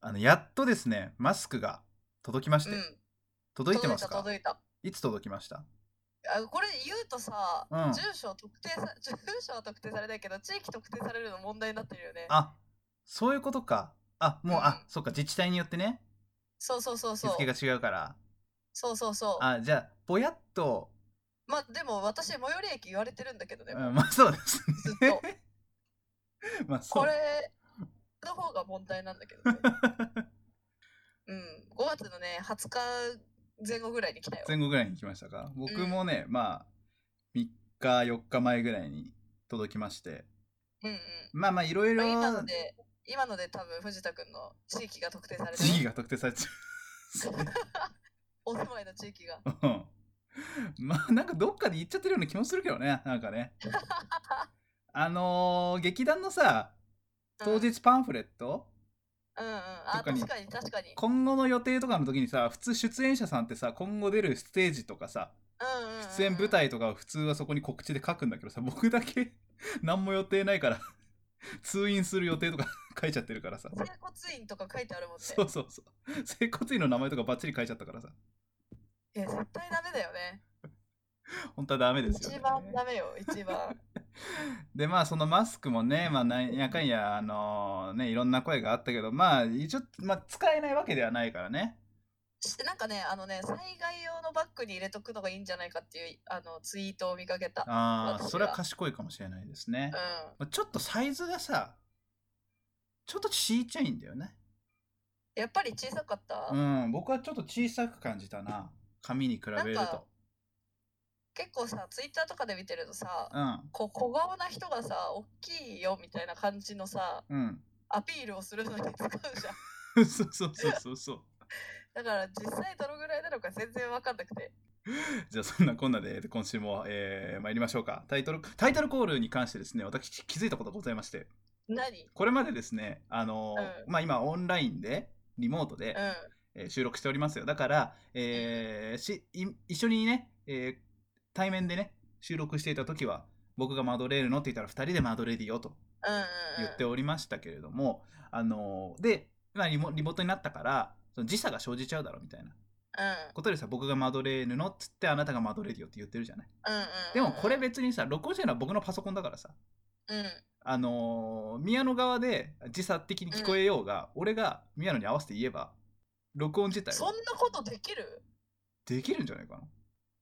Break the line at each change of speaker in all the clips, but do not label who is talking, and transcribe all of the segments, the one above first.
あのやっとですねマスクが届きまして、
うん。
届いてますか
届いた
いつ届きました
届いたあこれ言うとさ、
うん
住所特定さ 住所は特定されないけど地域特定されるの問題になってるよね
あそういうことかあもう、あ
うん
そっか自治体によってね
そうそうそう
日
そう
付が違うから
そうそうそう
あじゃあぼやっと、
まあでも私最寄り駅言われてるんだけどね、
うん、まあそうです
ずっと
ね まあ そ
こ
う
れの方が問題なんだ けどねうん5月のね20日前後ぐらいに来たよ
前後ぐらいに来ましたか僕もね、まあ3日4日前ぐらいに届きまして
うんうん
まあまあいろいろ
まあ、今ので今ので多分藤田君の地域が特定されて
時期
が
が特定されちゃ
お住まいの地域が
ううん まあなんかどっかで言っちゃってるような気もするけどねなんか ねあのー劇団のさ当
うん
日パンフレット、
うんうんあ
とかに
確かに確かに
今後の予定とかの時にさ普通出演者さんってさ今後出るステージとかさ
うんうんうんうん
出演舞台とかは普通はそこに告知で書くんだけどさ僕だけ 何も予定ないから通院する予定とか 書いちゃってるからさ
整骨院とか書いてあるもんね
そうそうそう整骨院の名前とかバッチリ書いちゃったからさ
いや絶対ダメだよね
本当はダメですよ、ね
一、番ダメよ一番
でまあそのマスクもねまあなんやかんやあのねいろんな声があったけどまあ一応、まあ、使えないわけではないからね
してなんかねあのね災害用のバッグに入れとくのがいいんじゃないかっていうあのツイートを見かけた
ああ
私は
それは賢いかもしれないですね、
うん
まあちょっとサイズがさちょっとちっちゃいんだよね
やっぱり小さかった、
うん僕はちょっと小さく感じたな紙に比べる
なんか
と
結構さツイッターとかで見てるとさ、
うん
こ小顔な人がさ大きいよみたいな感じのさ
うん
アピールをするのに使うじ ゃん
そうそうそうそうそう
だから実際どのぐらいなのか全然分かんなくて
じゃあそんなこんなでえー今週も、えー参りましょうかタイトルタイトルコールに関してですね私気づいたことがございまして
何
これまでですねあのー、まあ今オンラインでリモートで、
うん
えー収録しておりますよだから、えーしい一緒にね、えー対面でね収録していた時は僕がマドレールのって言ったら2人でマドレディよと
うんうんうん
言っておりましたけれども、あのーで、まあ、リモリモートになったからその時差が生じちゃうだろうみたいなことでさ僕がマドレーヌのっつってあなたがマドレディオって言ってるじゃない
うんうんうん
でもこれ別にさ録音してるのは僕のパソコンだからさ
うん
あのー宮野側で時差的に聞こえようが、俺が宮野に合わせて言えば録音自体
そん
は
なことできる
できるんじゃないか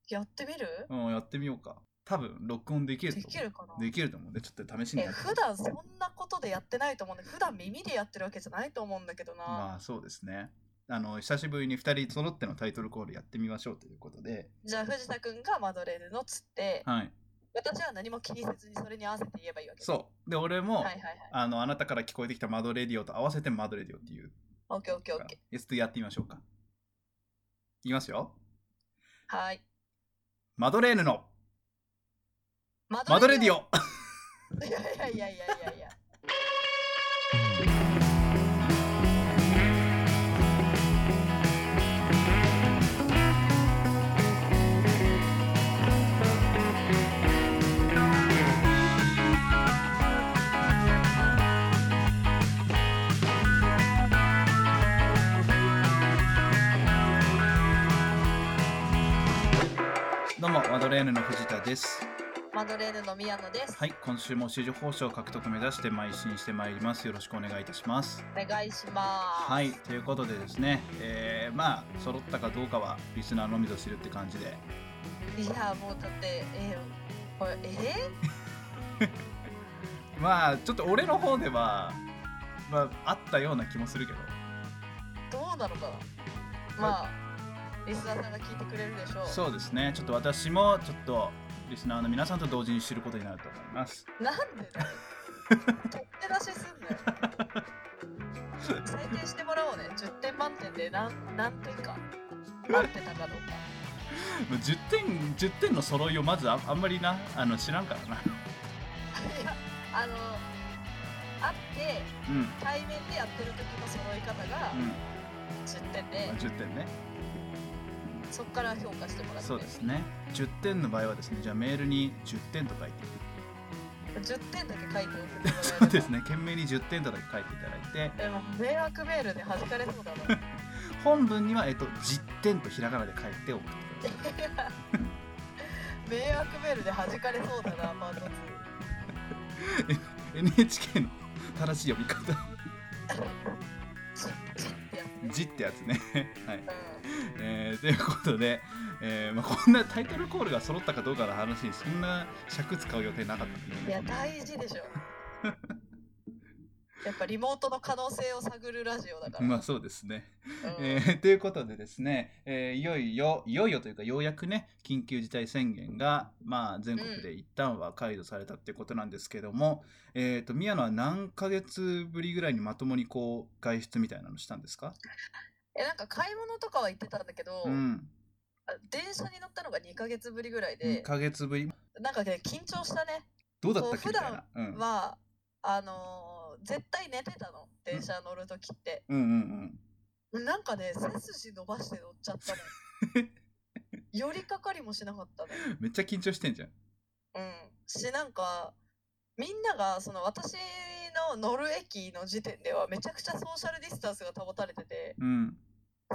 やってみる
なうんやってみようか多分録音できると
で
思う
きるかな
できると思うんでちょっと試しに
え
やって
普段そんなことでやってないと思うんだけど普段耳でやってるわけじゃないと思うんだけどな、
まあそうですねあの久しぶりに2人揃ってのタイトルコールやってみましょうということで
じゃあ藤田くんがマドレーヌのっつって
はい
私は何も気にせずにそれに合わせて言えばいいわけね
そうで俺も、
はいはいはい
あのあなたから聞こえてきたマドレディオと合わせてマドレディオっていう
オッケーオッケーオッケ
やつでやってみましょうかいきますよ
ーはい
マドレーヌの
マ
マドレディ
オ
オ
いやいやいやいやいやいや
どうもマドレーヌの藤田です
マドレーヌの宮野です、
はい今週も支持報酬獲得目指して邁進してまいりますよろしくお願いいたします
お願いします
はいということでですねえー、まあ揃ったかどうかはリスナーのみぞ知るって感じで
いやもうだってえー、これえ
まあちょっと俺の方ではまああったような気もするけど
ー、どうなのかなまあリスナーさんが聞いてくれるでしょう
そうですねちょっと私もちょっとリスナーの皆さんと同時に知ることになると思います
なんでだよ取って出しすんなよ採点してもらおうね10点満点で何何点か満点なのかどうか
もう10点10点の揃いをまずああんまりなあの知らんからな
いやあの会って
うん、うん
対面でやってる時の揃い方が10点で、
まあ、10点ね
そこから評価してもらって
そうですね10点の場合はですねじゃあメールに10点と書いて
10点だけ書いて送ってもらえれば
そう ですね懸命に10点だけ書いていただいて
でも迷惑メールで弾かれそうだな
本文には、えっと、実点とひらがなで書いて送ってください
迷惑メールで弾かれそうだなパート
NHK の正しい読み方
2チッってや
「
つ
じ」ってやつね、はい
うん
えーということで、えーまあ、こんなタイトルコールが揃ったかどうかの話にそんな尺使う予定なかったん
い
で
や
ね
大事でしょ やっぱリモートの可能性を探るラジオだから、
まあそうですね。
うん
えーということでですね、えーいよいよいよいよというかようやくね緊急事態宣言が、まあ、全国で一旦は解除されたってことなんですけども、えー、と宮野は何ヶ月ぶりぐらいにまともにこう外出みたいなのしたんですか
えなんか買い物とかは行ってたんだけど、
うん、
あ電車に乗ったのが2ヶ月ぶりぐらい
2
で
ヶ月ぶり
なんかね緊張したね
どうだったっけ
そう
みたいな、うん、うん
はあのー絶対寝てたの電車乗るときって、
うんうん
なんかね背筋伸ばして乗っちゃったの 寄りかかりもしなかったね
めっちゃ緊張してんじゃん
うんしなんかみんながその私の乗る駅の時点ではめちゃくちゃソーシャルディスタンスが保たれてて
うん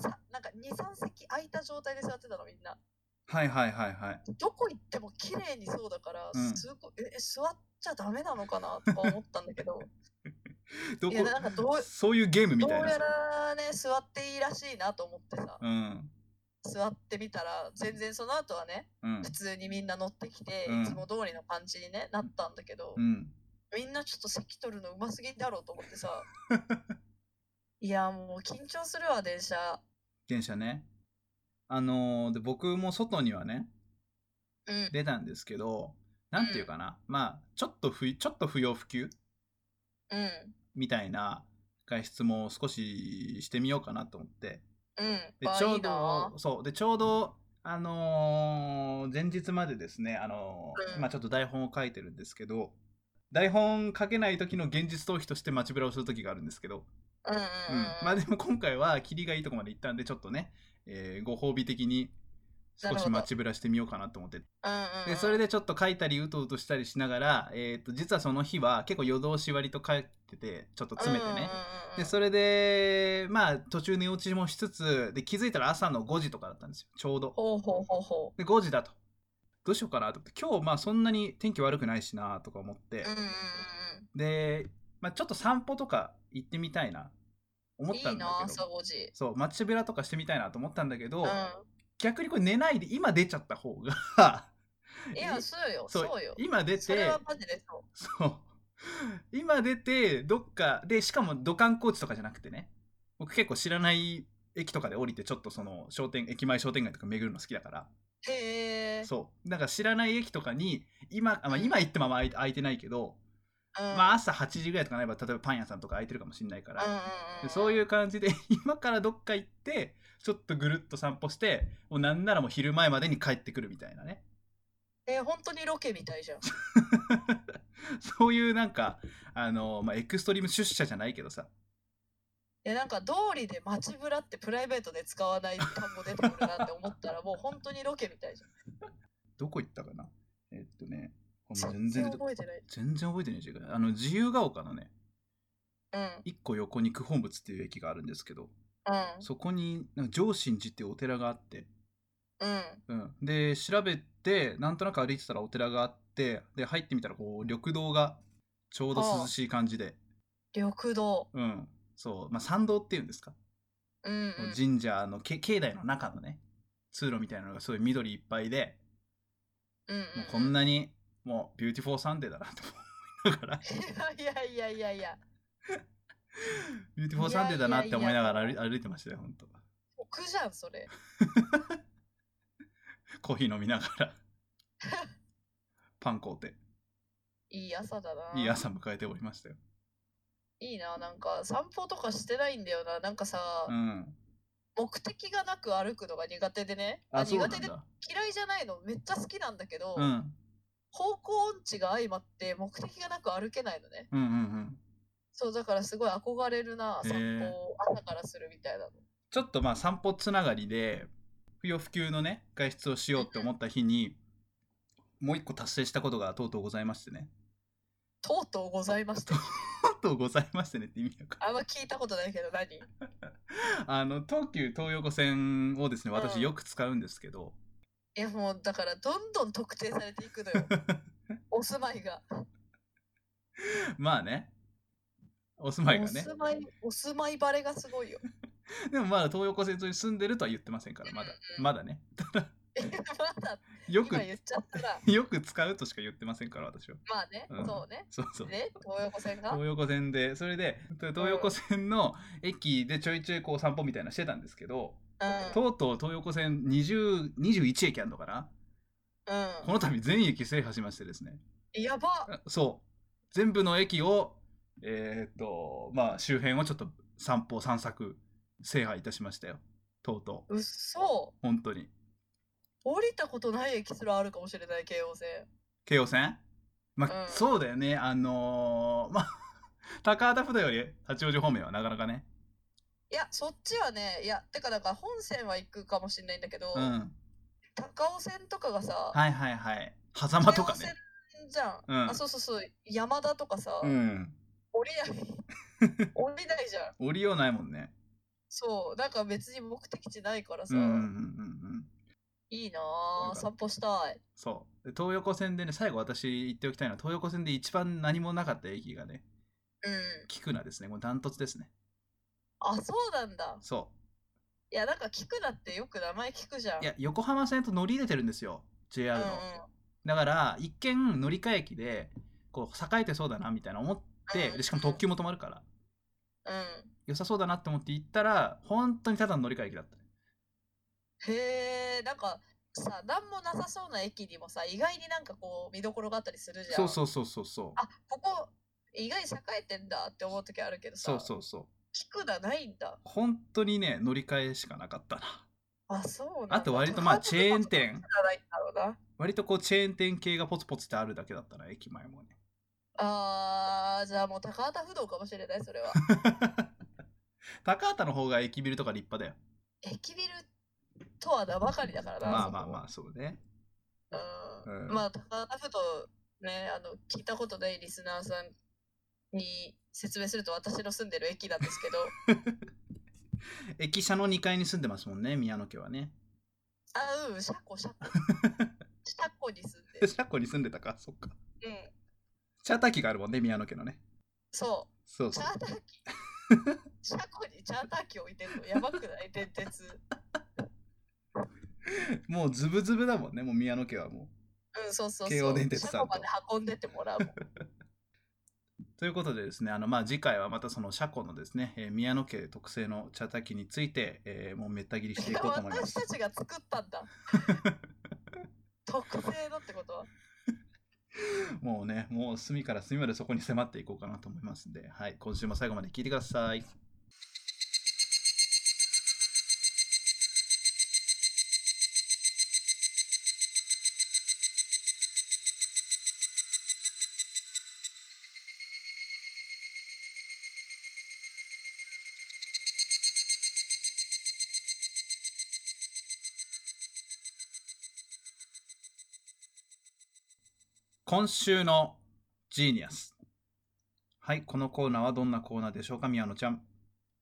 さなんか23席空いた状態で座ってたのみんな
はいはいはいはい
どこ行っても綺麗にそうだから、
うん
すごいええ座っちゃダメなのかなとか思ったんだけど
ど
いやなんかどう
そういうゲームみ
どう
たいな
や
さ
らね座っていいらしいなと思ってさ
うん
座ってみたら全然その後はね
うん
普通にみんな乗ってきて、
うん
いつも通りの感じに、ね、なったんだけど、
うん
みんなちょっと席取るのうますぎだろうと思ってさ いやもう緊張するわ電車
電車ねあのーで僕も外にはね
うん
出たんですけどなんていうかな、まあちょっと不ちょっと不要不急
うん
みたいな外出も少ししてみようかなと思って
うん
で
わあ
ちょ
いういな
どそうでちょうどあのー前日までですねあのー
うん
まあちょっと台本を書いてるんですけど台本書けない時の現実逃避として街ぶらをする時があるんですけど
うんうん
う
うんん、
まあでも今回はキリがいいとこまで行ったんでちょっとね、えーご褒美的に少
なるほ
し
ど
街ぶらしてみようかなと思って
うんうん
でそれでちょっと書いたりうとうとしたりしながら、えー、と実はその日は結構夜通し割と書いててちょっと詰めてね、でそ
れ
れでまあ途中寝落ちもしつつで気づいたら朝の5時とかだったんですよちょうど
ほうほうほうほ
で5時だとどうしようかなと思って今日まあそんなに天気悪くないしなとか思って
ううんうん
で、まあ、ちょっと散歩とか行ってみたいな思
うんうん
っ
い
た
い
んだ
な
け
朝
ど
5時
そうマッチベラとかしてみたいなと思ったんだけど、
う
逆にこれ寝ないで今出ちゃった方が
んいやそうよそうよ
今出て
それはマジでそう
そう。今出て、どっかで、しかも土管工地とかじゃなくてね、僕結構知らない駅とかで降りて、ちょっとその商店、駅前商店街とか巡るの好きだから、
へえ
そう。だから知らない駅とかに、今、あまあ、
うん
今行ってもあんま空い空いてないけど、
うん
まあ朝8時ぐらいとかなれば、例えばパン屋さんとか空いてるかもしれないから、でそういうう感じで、 今からどっか行って、ちょっとぐるっと散歩して、もうなんならもう昼前までに帰ってくるみたいなね。
えー本当にロケみたいじゃん
そういうなんか、あの、まあ、エクストリーム出社じゃないけどさ、
えなんか道理で街ぶらってプライベートで使わない単語出てくるなって思っ たらもう本当にロケみたいじゃん
どこ行ったかなえっとね、もう全
全然
然出て、
覚えてない
全然覚えてないんですけど、あの、自由が丘のね、
うん
一個横に九本仏っていう駅があるんですけど、
う
そこに、なんか上神寺っていうお寺があって、
んうん
うん。で、調べて、なんとなく歩いてたらお寺があって、で、入ってみたら、こう、緑道がちょうど涼しい感じで、
緑道
うん。そう、まあ、参道っていうんですか、
うんうん
神社のけ境内の中のね、通路みたいなのがすごい緑いっぱいで、
うんうん
もうこんなに、もう、ビューティフォーサンデーだなと思いながら、
いやいやいやいや
ビューティフォーサンデーだなって思いながら歩い歩いてましたよ、本当。
奥じゃんそれ
コーヒー飲みながら。パン買うて、
いい朝だない
い朝迎えておりましたよ。
いいななんか散歩とかしてないんだよななんかさ、
うん。
目的がなく歩くのが苦手でね
あ、そうな
苦
ん
手で
だ。
嫌いじゃないのめっちゃ好きなんだけど、
うん。うん
方向音痴が相まって目的がなく歩けないのね
うんうん。
そうだからすごい憧れるな
へー
散歩を朝からするみたいなの
ちょっとまあ散歩つながりで、不要不急のね、外出をしようって思った日に、もう一個達成したことがとうとうございましてね。
とうとうございました。
ありがとうございましたねって意味だから。
あんま聞いたことないけど何
あの、東急東横線をですね、
う
私
ん
よく使うんですけど、
いやもうだからどんどん特定されていく のよ。お住まいが。
まあね、お住まい
お
がね。
住まい、お住まいバレがすごいよ。
でもまだ東横線沿いに住んでるとは言ってませんから、まだ、
うん
まだね。
えまだ
よく
今、言っちゃったら、
よく使うとしか言ってませんから、私は。
まあね、
うん
そうね。
そうそう。
ね、東横線が。
東横線で、それで、東横線の駅でちょいちょいこう散歩みたいなのしてたんですけど、
うん。
とうとう東横線20 21駅あるのかなこ
う
の度全駅制覇しましてですね。
ん。やば。
あそう。全部の駅を、えーっと、まあ、周辺をちょっと散歩、散策、制覇いたしましたよ。とうとう。
うっそ。
本当に。
降りたことない駅すらあるかもしれない、京王線。
京王線まあ、
うん
そうだよね。あのーまあ、 高畑札より八王子方面はなかなかね。
いや、そっちはね、いや、てか、だから本線は行くかもしれないんだけど、
うん。
高尾線とかがさ、
はいはいはい。狭間とか
京
ね。
王線じゃん,、
うん
あ、そうそうそう、山田とかさ、
うん。
降りな い。降りないじゃん。
降りようないもんね。
そう、なんか別に目的地ないから
う
さ、
んうんうんうん。
いいな
なん
ぁ、
か
散歩したい。
そう。で東横線でね、最後私言っておきたいのは、東横線で一番何もなかった駅がね、
うん。
菊名ですね。もうダントツですね。
あ、そうなんだ。
そう。
いや、なんか聞くなってよく名前聞くじゃん。
いや横浜線と乗り入れてるんですよ JR の、
うんうん
だから一見乗り換え駅でこう栄えてそうだなみたいな思って、
うん
でしかも特急も止まるから
うん。
良さそうだなって思って行ったら本当にただの乗り換え駅だった
へえ、なんかさ、なんもなさそうな駅にもさ、意外になんかこう、見どころがあったりするじゃん。
そうそうそうそうそう
あここ意外に栄えてんだって思う時あるけどさ
そうそうそう
聞くなないんだ
本当にね乗り換えしかなかったな
あそうなんだ
あと割とまあチェーン店
聞くなないんだろうな
割とこうチェーン店系がポツポツってあるだけだったな駅前もね
あーじゃあもう高畑不動かもしれないそれは
高畑の方が駅ビルとか立派だよ
駅ビルとは名ばかりだからな
まあまあまあそうね
あ
うん
うん、まあ高畑不動ねあの聞いたことないリスナーさんに説明すると私の住んでる駅なんです けど
駅舎の2階に住んでますもんね宮野家はね
あうん車庫車庫車庫に住んで
車庫に住んでたかそっか
るうん
チャーター機があるもんね宮野家のね
そう
そう
チ
そう
ャーター機 車庫にチャーター機置いてんのやばくない電鉄。う
もうズブズブだもんねもう宮野家はも
ん、そうそうそう。
京王電鉄さんと
車庫まで運んでってもらうもん。
うということでですねあのまあ次回はまたその車庫のですね、えー宮野家特製のチャーター機について、えーもうめった切りしていこうと思いま
私
す
たちが作ったんだ。特製のってことは
もうねもう隅から隅までそこに迫っていこうかなと思いますんではい今週も最後まで聞いてください今週のジーニアスはいこのコーナーはどんなコーナーでしょうか宮野ちゃん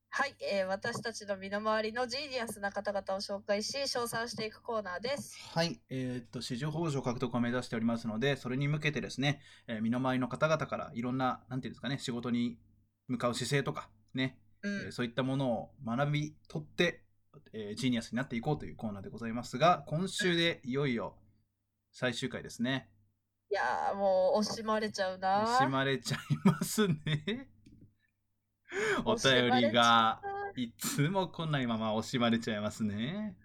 はい、えー私たちの身の回りのジーニアスな方々を紹介し、称賛していくコーナーです。
はい、えーっと市場報酬獲得を目指しておりますので、それに向けてですね、えー身の回りの方々からいろんな、なんていうんですかね、仕事に向かう姿勢とか、ね、
う
えー
ん、
そういったものを学び取って、えージーニアスになっていこうというコーナーでございますが、今週でいよいよ最終回ですね。
いやーもう惜しまれちゃうな
惜し
ー。
まれちゃいますね。 お便り
惜しまれちゃ
がいつも来ないまま惜しまれちゃいますね。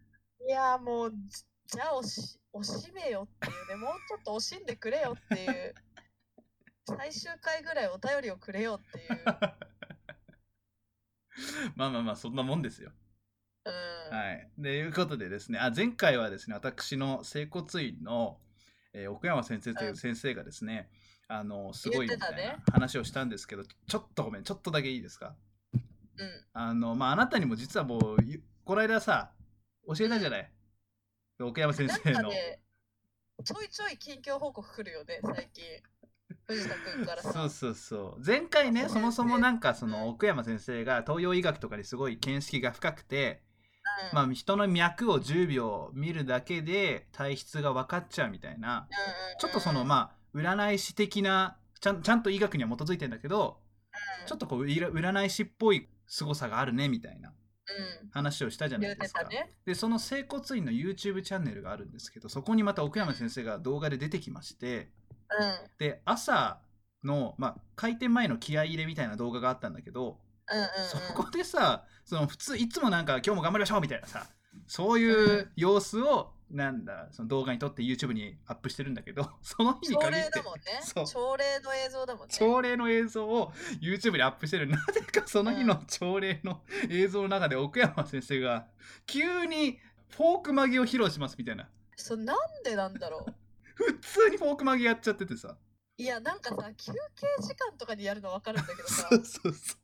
いやーもうじじゃあおしおしめよっていうねもうちょっと惜しんでくれよっていう 最終回ぐらいお便りをくれよっていう、
まあまあまあ、そんなもんですよ。
うん
はい。ということでですね、あ前回はですね、私の整骨院の、えー奥山先生という先生がですね、あのすごいみ
言
た
ってた
い
ね
な話をしたんですけど、ちょっとごめん、ちょっとだけいいですか
うん
あの、まあ、あなたにも実はもう、ゆこの間さ、教えたじゃない、奥山先生
なんか
の。
ねちょいちょい近況報告来るよね最近藤田君から
そ
さ
うそうそう前回ね
そう
そもそもなんか
です
そ
ね
の奥山先生が東洋医学とかにすごい見識が深くて、
うん
まあ、人の脈を10秒見るだけで体質が分かっちゃうみたいな
うんうんうん
ちょっとそのまあ占い師的なちゃんちゃんと医学には基づいてんだけど
うん
ちょっとこういら占い師っぽい凄さがあるねみたいな
う
話をしたじゃ
ん
ない
言
うで
て
すか
た。ね
でその整骨院の YouTube チャンネルがあるんですけどそこにまた奥山先生が動画で出てきまして
うん
で朝の、まあ、開店前の気合い入れみたいな動画があったんだけど、
うんうん
そ こでさその普通いつもなんか今日も頑張りましょうみたいなさそういう様子をなんだその動画に撮って YouTube にアップしてるんだけど その日に
朝
限っ
礼だ
て
もんね
そう
朝礼の映像だもんね
朝礼の映像を YouTube にアップしてるなぜかその日の朝礼の映像の中で奥山先生が急にフォーク曲げを披露しますみたいな
そうなんでなんだろう
普通にフォーク曲げやっちゃっててさ
いやなんかさ休憩時間とかにやるの分かるんだけど さ
そうそうそ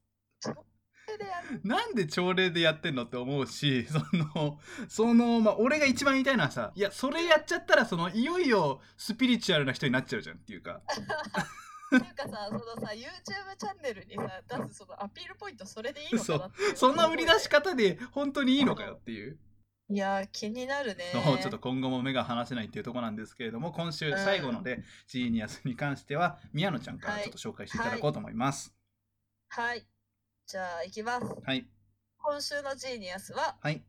それでやる
うなんで朝礼でやってんのって思うし そのそのまあ俺が一番言いたいのはさいやそれやっちゃったらそのいよいよスピリチュアルな人になっちゃうじゃんっていうか
っていうかさ、そのさ、YouTube チャンネルにさ、出すそのアピールポイント、それでいいのかなっていう
そんな売り出し。方で本当にいいのかよっていう
いやー、気になるね。
そうちょっと今後も目が離せないっていうところなんですけれども今週最後ので、ジーニアスに関しては宮野ちゃんから
はい
ちょっと紹介していただこうと思います。
はい。じゃあ、行きます。
はい、
今週のジーニアスは、
はい、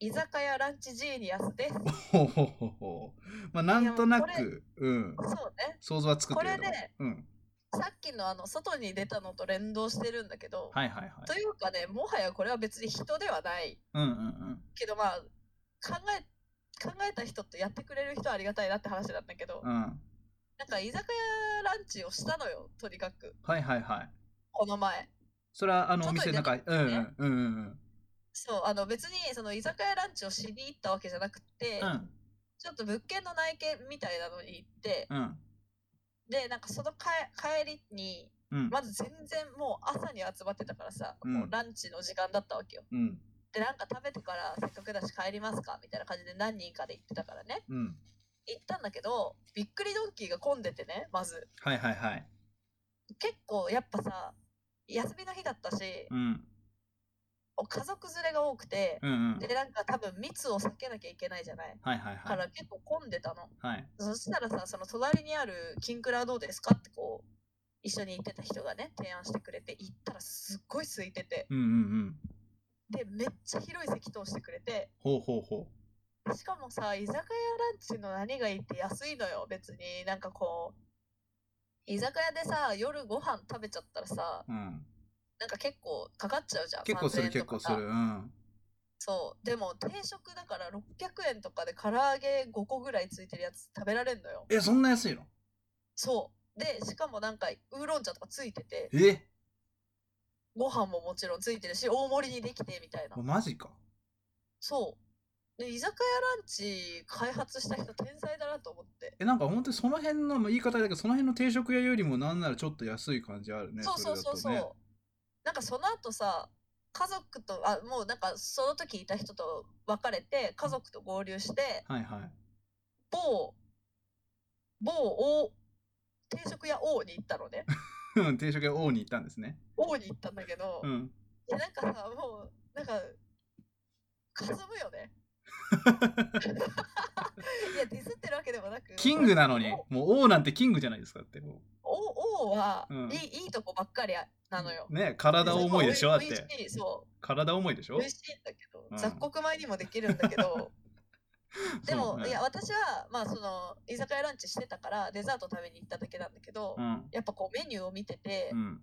居酒屋ランチジーニアスです。
ほうほうほうほうまあなんとない
やもう
く、うん、
そうね。
想像はつくけれども、
これね
うん、
さっきのあの、外に出たのと連動してるんだけど、
はいはいはい
というかね、もはやこれは別に人ではない
うんうんうん
けど、まあ、考え、考えた人ってやってくれる人はありがたいなって話なんだけど、
うん
なんか居酒屋ランチをしたのよ、とにかく、
はいはいはい
この前。
それはあのお
外
店
に
の中うんうんうんうん
そうあの別にその居酒屋ランチをしに行ったわけじゃなくて、
うん
ちょっと物件の内見みたいなのに行って、
うん
でなんかそのかえ帰りに
うん
まず全然もう朝に集まってたからさ、
うん
もうランチの時間だったわけよ
うん
でなんか食べてからせっかくだし帰りますかみたいな感じで何人かで行ってたからね
うん
行ったんだけどびっくりドンキーが混んでてねまず
はいはいはい
結構やっぱさ休みの日だったし、
うん
お家族連れが多くて、
うんうん
でなんか多分密を避けなきゃいけないじゃない
はいはい
だか
はい
ら結構混んでたの
はい
そしたらさ、その隣にあるキンクラはどうですかってこう、一緒に行ってた人がね、提案してくれて、行ったらすっごい空いてて、
うんうんうん
で、めっちゃ広い席通してくれて、
ほうほうほ
しかもさ、居酒屋ランチの何がいいって安いのよ、別に。なんかこう、居酒屋でさ、夜ご飯食べちゃったらさ、
ううん
なんか結構かかっちゃうじゃん。
結構する
3000
結構する
とかさ
うん
そう。でも定食だから600円とかで唐揚げ5個ぐらいついてるやつ食べられんのよ。
えそんな安いの
そう。で、しかもなんかウーロン茶とかついてて、
え
ご飯ももちろんついてるし大盛りにできてみたいな
マジか
そうで居酒屋ランチ開発した人天才だなと思って、
えなんか本当にその辺のまあ言い方だけどその辺の定食屋よりもなんならちょっと安い感じあるね
そうそうそうそう、
れだとね
なんかその後さ家族とあもうなんかその時いた人と別れて家族と合流して
はいはい
某某王定食屋王に行ったの ね
うん定食屋王に行ったんですね
王に行ったんだけど、
うん
でなんかさもうなんかかすむよね いやディスってるわけでもなく
キングなのにもう王なんてキングじゃないですかっても
お王は、
うん
いいいいとこばっかりなのよ
う。ね体重いでしょだ
そ
っ
う美
て
味しいそ
体重いでし
う
ょ
美味しいんだけど、
うん
雑穀米にもできるんだけどで
そ
も、
うね
いや私はまあその居酒屋ランチしてたからデザート食べに行っただけなんだけど、
うん
やっぱこうメニューを見てて、
う
い
ん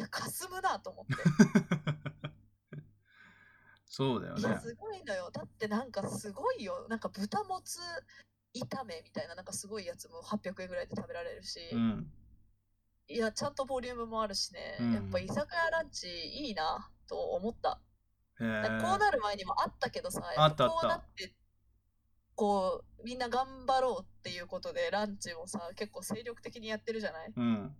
やかすむなと思って、
そうだよ
い
ね
やすごいのよだってなんかすごいよなんか豚もつ炒めみたいななんかすごいやつも800円ぐらいで食べられるし、
うん
いやちゃんとボリュームもあるしね、
うん
やっぱ居酒屋ランチいいなと思った
へえ
なんかこうなる前にもあったけどさ、
あった
やぱこうな
あった
てこうみんな頑張ろうっていうことでランチもさ結構精力的にやってるじゃない
うん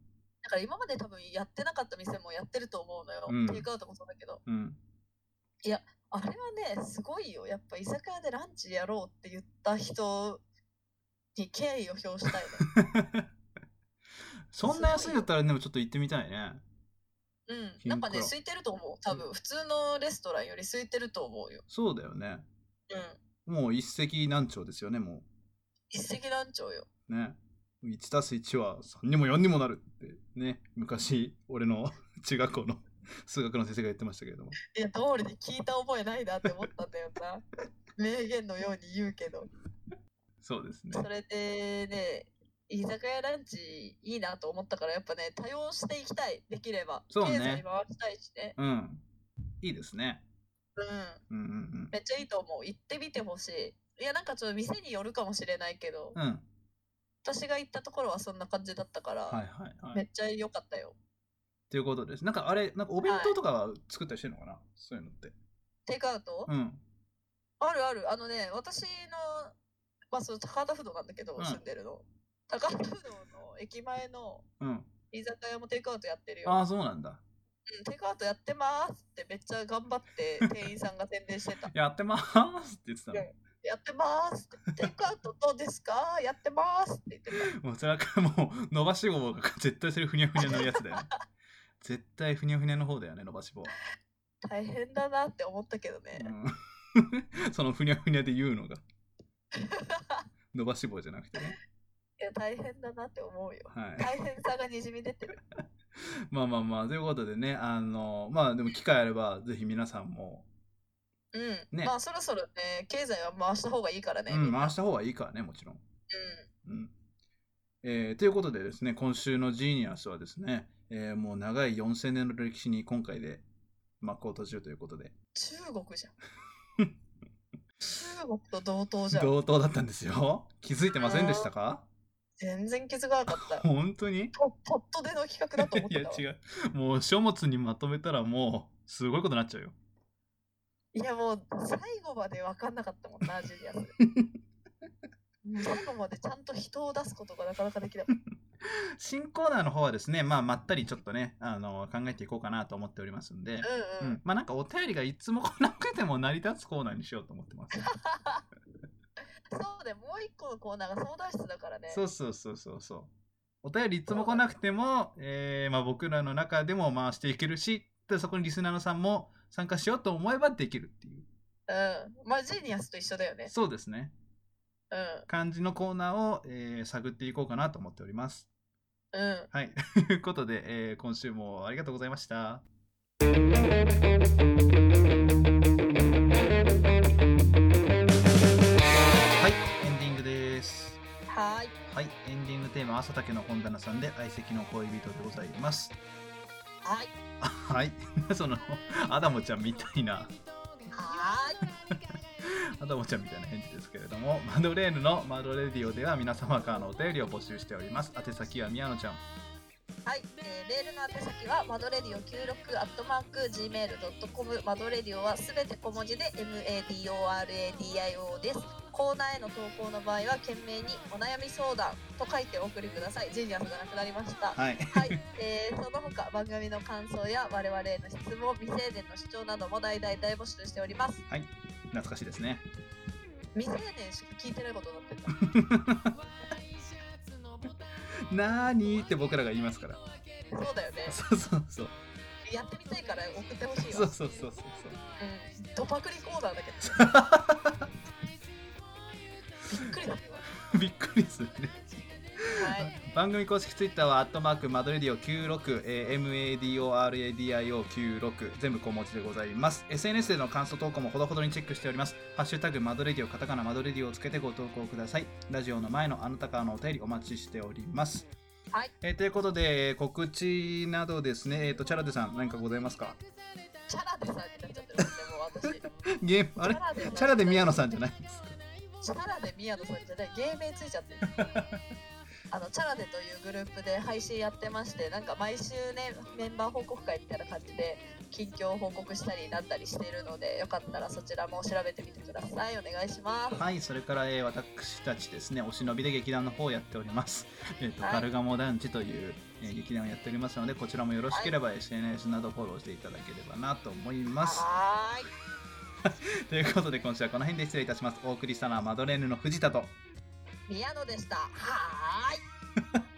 だから今まで多分やってなかった店もやってると思うのよ、
うん
テイクアウトもそうだけど
うん
あれはねすごいよやっぱ居酒屋でランチ やろうって言った人に敬意を表したいね
そんな安いんだったらでもちょっと行ってみたいね
うん、なんかね
貧困
空いてると思う多分普通のレストランより空いてると思うよ、
そうだよね
うん、
もう一石何鳥ですよねも
一石何鳥よ
うね1たす1は3にも4にもなるってね昔俺の 中学校の数学の先生が言ってましたけれども
いや通りに聞いた覚えないなって思ったんだよな 名言のように言うけど
そうですね
それでね居酒屋ランチいいなと思ったからやっぱね多用していきたいできれば
そうね
経済回したいしね
うんいいですね
うん
うんうん
めっちゃいいと思う行ってみてほしいいやなんかちょっと店によるかもしれないけど、
うんうん
私が行ったところはそんな感じだったから、
はいはいはい
めっちゃ良かったよ
ということですなんかあれなんかお弁当とかは作ったりしてるのかな、そういうのって
テイクアウト、
うん
あるあるあのね私のまあその高畑不動なんだけど、
うん
住んでるの高畑不動の駅前の
うん
居酒屋もテイクアウトやってるよ
ああそうなんだ
うんテイクアウトやってますってめっちゃ頑 張って店員さんが宣伝してた
やってまーすって言ってたの
いややってますってテイクアウトどうですかやってますって言ってた
もうそれはもう伸ばし棒が絶対それふにゃふにゃのやつだよ ね絶対ふにゃふにゃの方だよね伸ばし棒、
大変だなって思ったけどね、
うん そのふにゃふにゃで言うのが 伸ばし棒じゃなくてね、
いや大変だなって思うよ
はい、
大変さがにじみ出てる
まあまあまあということでねあのまあでも機会あればぜひ皆さんも、
うん、
ね
まあそろそろね経済は回した方がいいからね、
う
み
ん、
な
回した方がいいからねもちろんうんえーということでですね今週の「ジーニアス」はですね、えーもう長い4000年の歴史に今回で幕を閉じるということで
うん、中国 じゃん中国と同等じゃん
同等だったんですよ 気づいてませんでしたか
全然気づかなかった
本当に
ポポットでの企画だと思っ
い
て
や
たわい
違
や
うもう書物にまとめたらもうすごいことになっちゃうよ
もう最後まで分かんなかったもんなジュニアスうん最後までちゃんと人を出すことがなかなかできなかっ
新コーナーの方はですねまあまったりちょっとねあの考えていこうかなと思っておりますんで
た、う
うん
うん
ん、まあなんかお便りがいつも来なくても成り立つコーナーにしようと思ってます
そうでもう一個のコーナーが相談室だからね
そうそうそうそうそう。お便りいつも来なくても、えーまあ、僕らの中でも回していけるし、でそこにリスナーのさんも参加しようと思えばできるっていう。
うんまあジーニアスと一緒だよね
そうですね。
うん
感じのコーナーを、えー探っていこうかなと思っております。
うん
はい。 ということで、えー今週もありがとうございました。はい、エンディングです。
はーい
はい、エンディングテーマは朝竹の本棚さんで相席の恋人でございます。
はい
はい、そのアダモちゃんみたいな、
はーい
アダモちゃんみたいな返事ですけれども、 マドレーヌのマドレディオでは皆様からのお便りを募集しております。宛先は宮野ちゃん。
はい、えー、メールの宛先はマドレディオ96アットマーク gmail.com マドレディオはすべて小文字で MADORADIO ですコーナーへの投稿の場合は懸命にお悩み相談と書いてお送りくださいジーニアスがなくなりました
はい、
はい、えー、その他番組の感想や我々への質問未成年の主張なども大々大募集しております
懐かしいですね。
未成年しか聞いてないことになってた
なーにーって僕らが言いますから。
そうだよね
そうそうそう。
やってみたいから送ってほしい
そう
わ
そうそうそうそう。
うんドパクリコーナーだけどびっくりだよ
びっくりするね。
はい
番組公式ツイッターは、アットマークマドレディオ96、えー MADORADIO96、全部小文字でございます。SNS での感想投稿もほどほどにチェックしております。ハッシュタグマドレディオ、カタカナマドレディオをつけてご投稿ください。ラジオの前のあなたからのお便りお待ちしております。
はい。
えーということで、えー告知などですね、えっ、と、チャラデさん何かございますか
チャラでさんになっちゃってるんでもう
ゲーム、あれ
私
チャラで宮野
ん
さんじゃないですか。
チャラで宮野さんじゃない芸名ついちゃってるあのチャラでというグループで配信やってましてなんか毎週ねメンバー報告会みたいな感じで近況を報告したりなんだりしているのでよかったらそちらも調べてみてくださいお願いします
はい、それから、えー私たちですね、お忍びで劇団の方をやっております。えっ、と、
はい
カルガモ団地という、えー劇団をやっておりますので、こちらもよろしければ SNS などフォローしていただければなと思います。
はーい
ということで、今週はこの辺で失礼いたします。お送りしたのはマドレーヌの藤田と。
宮野でしたはーい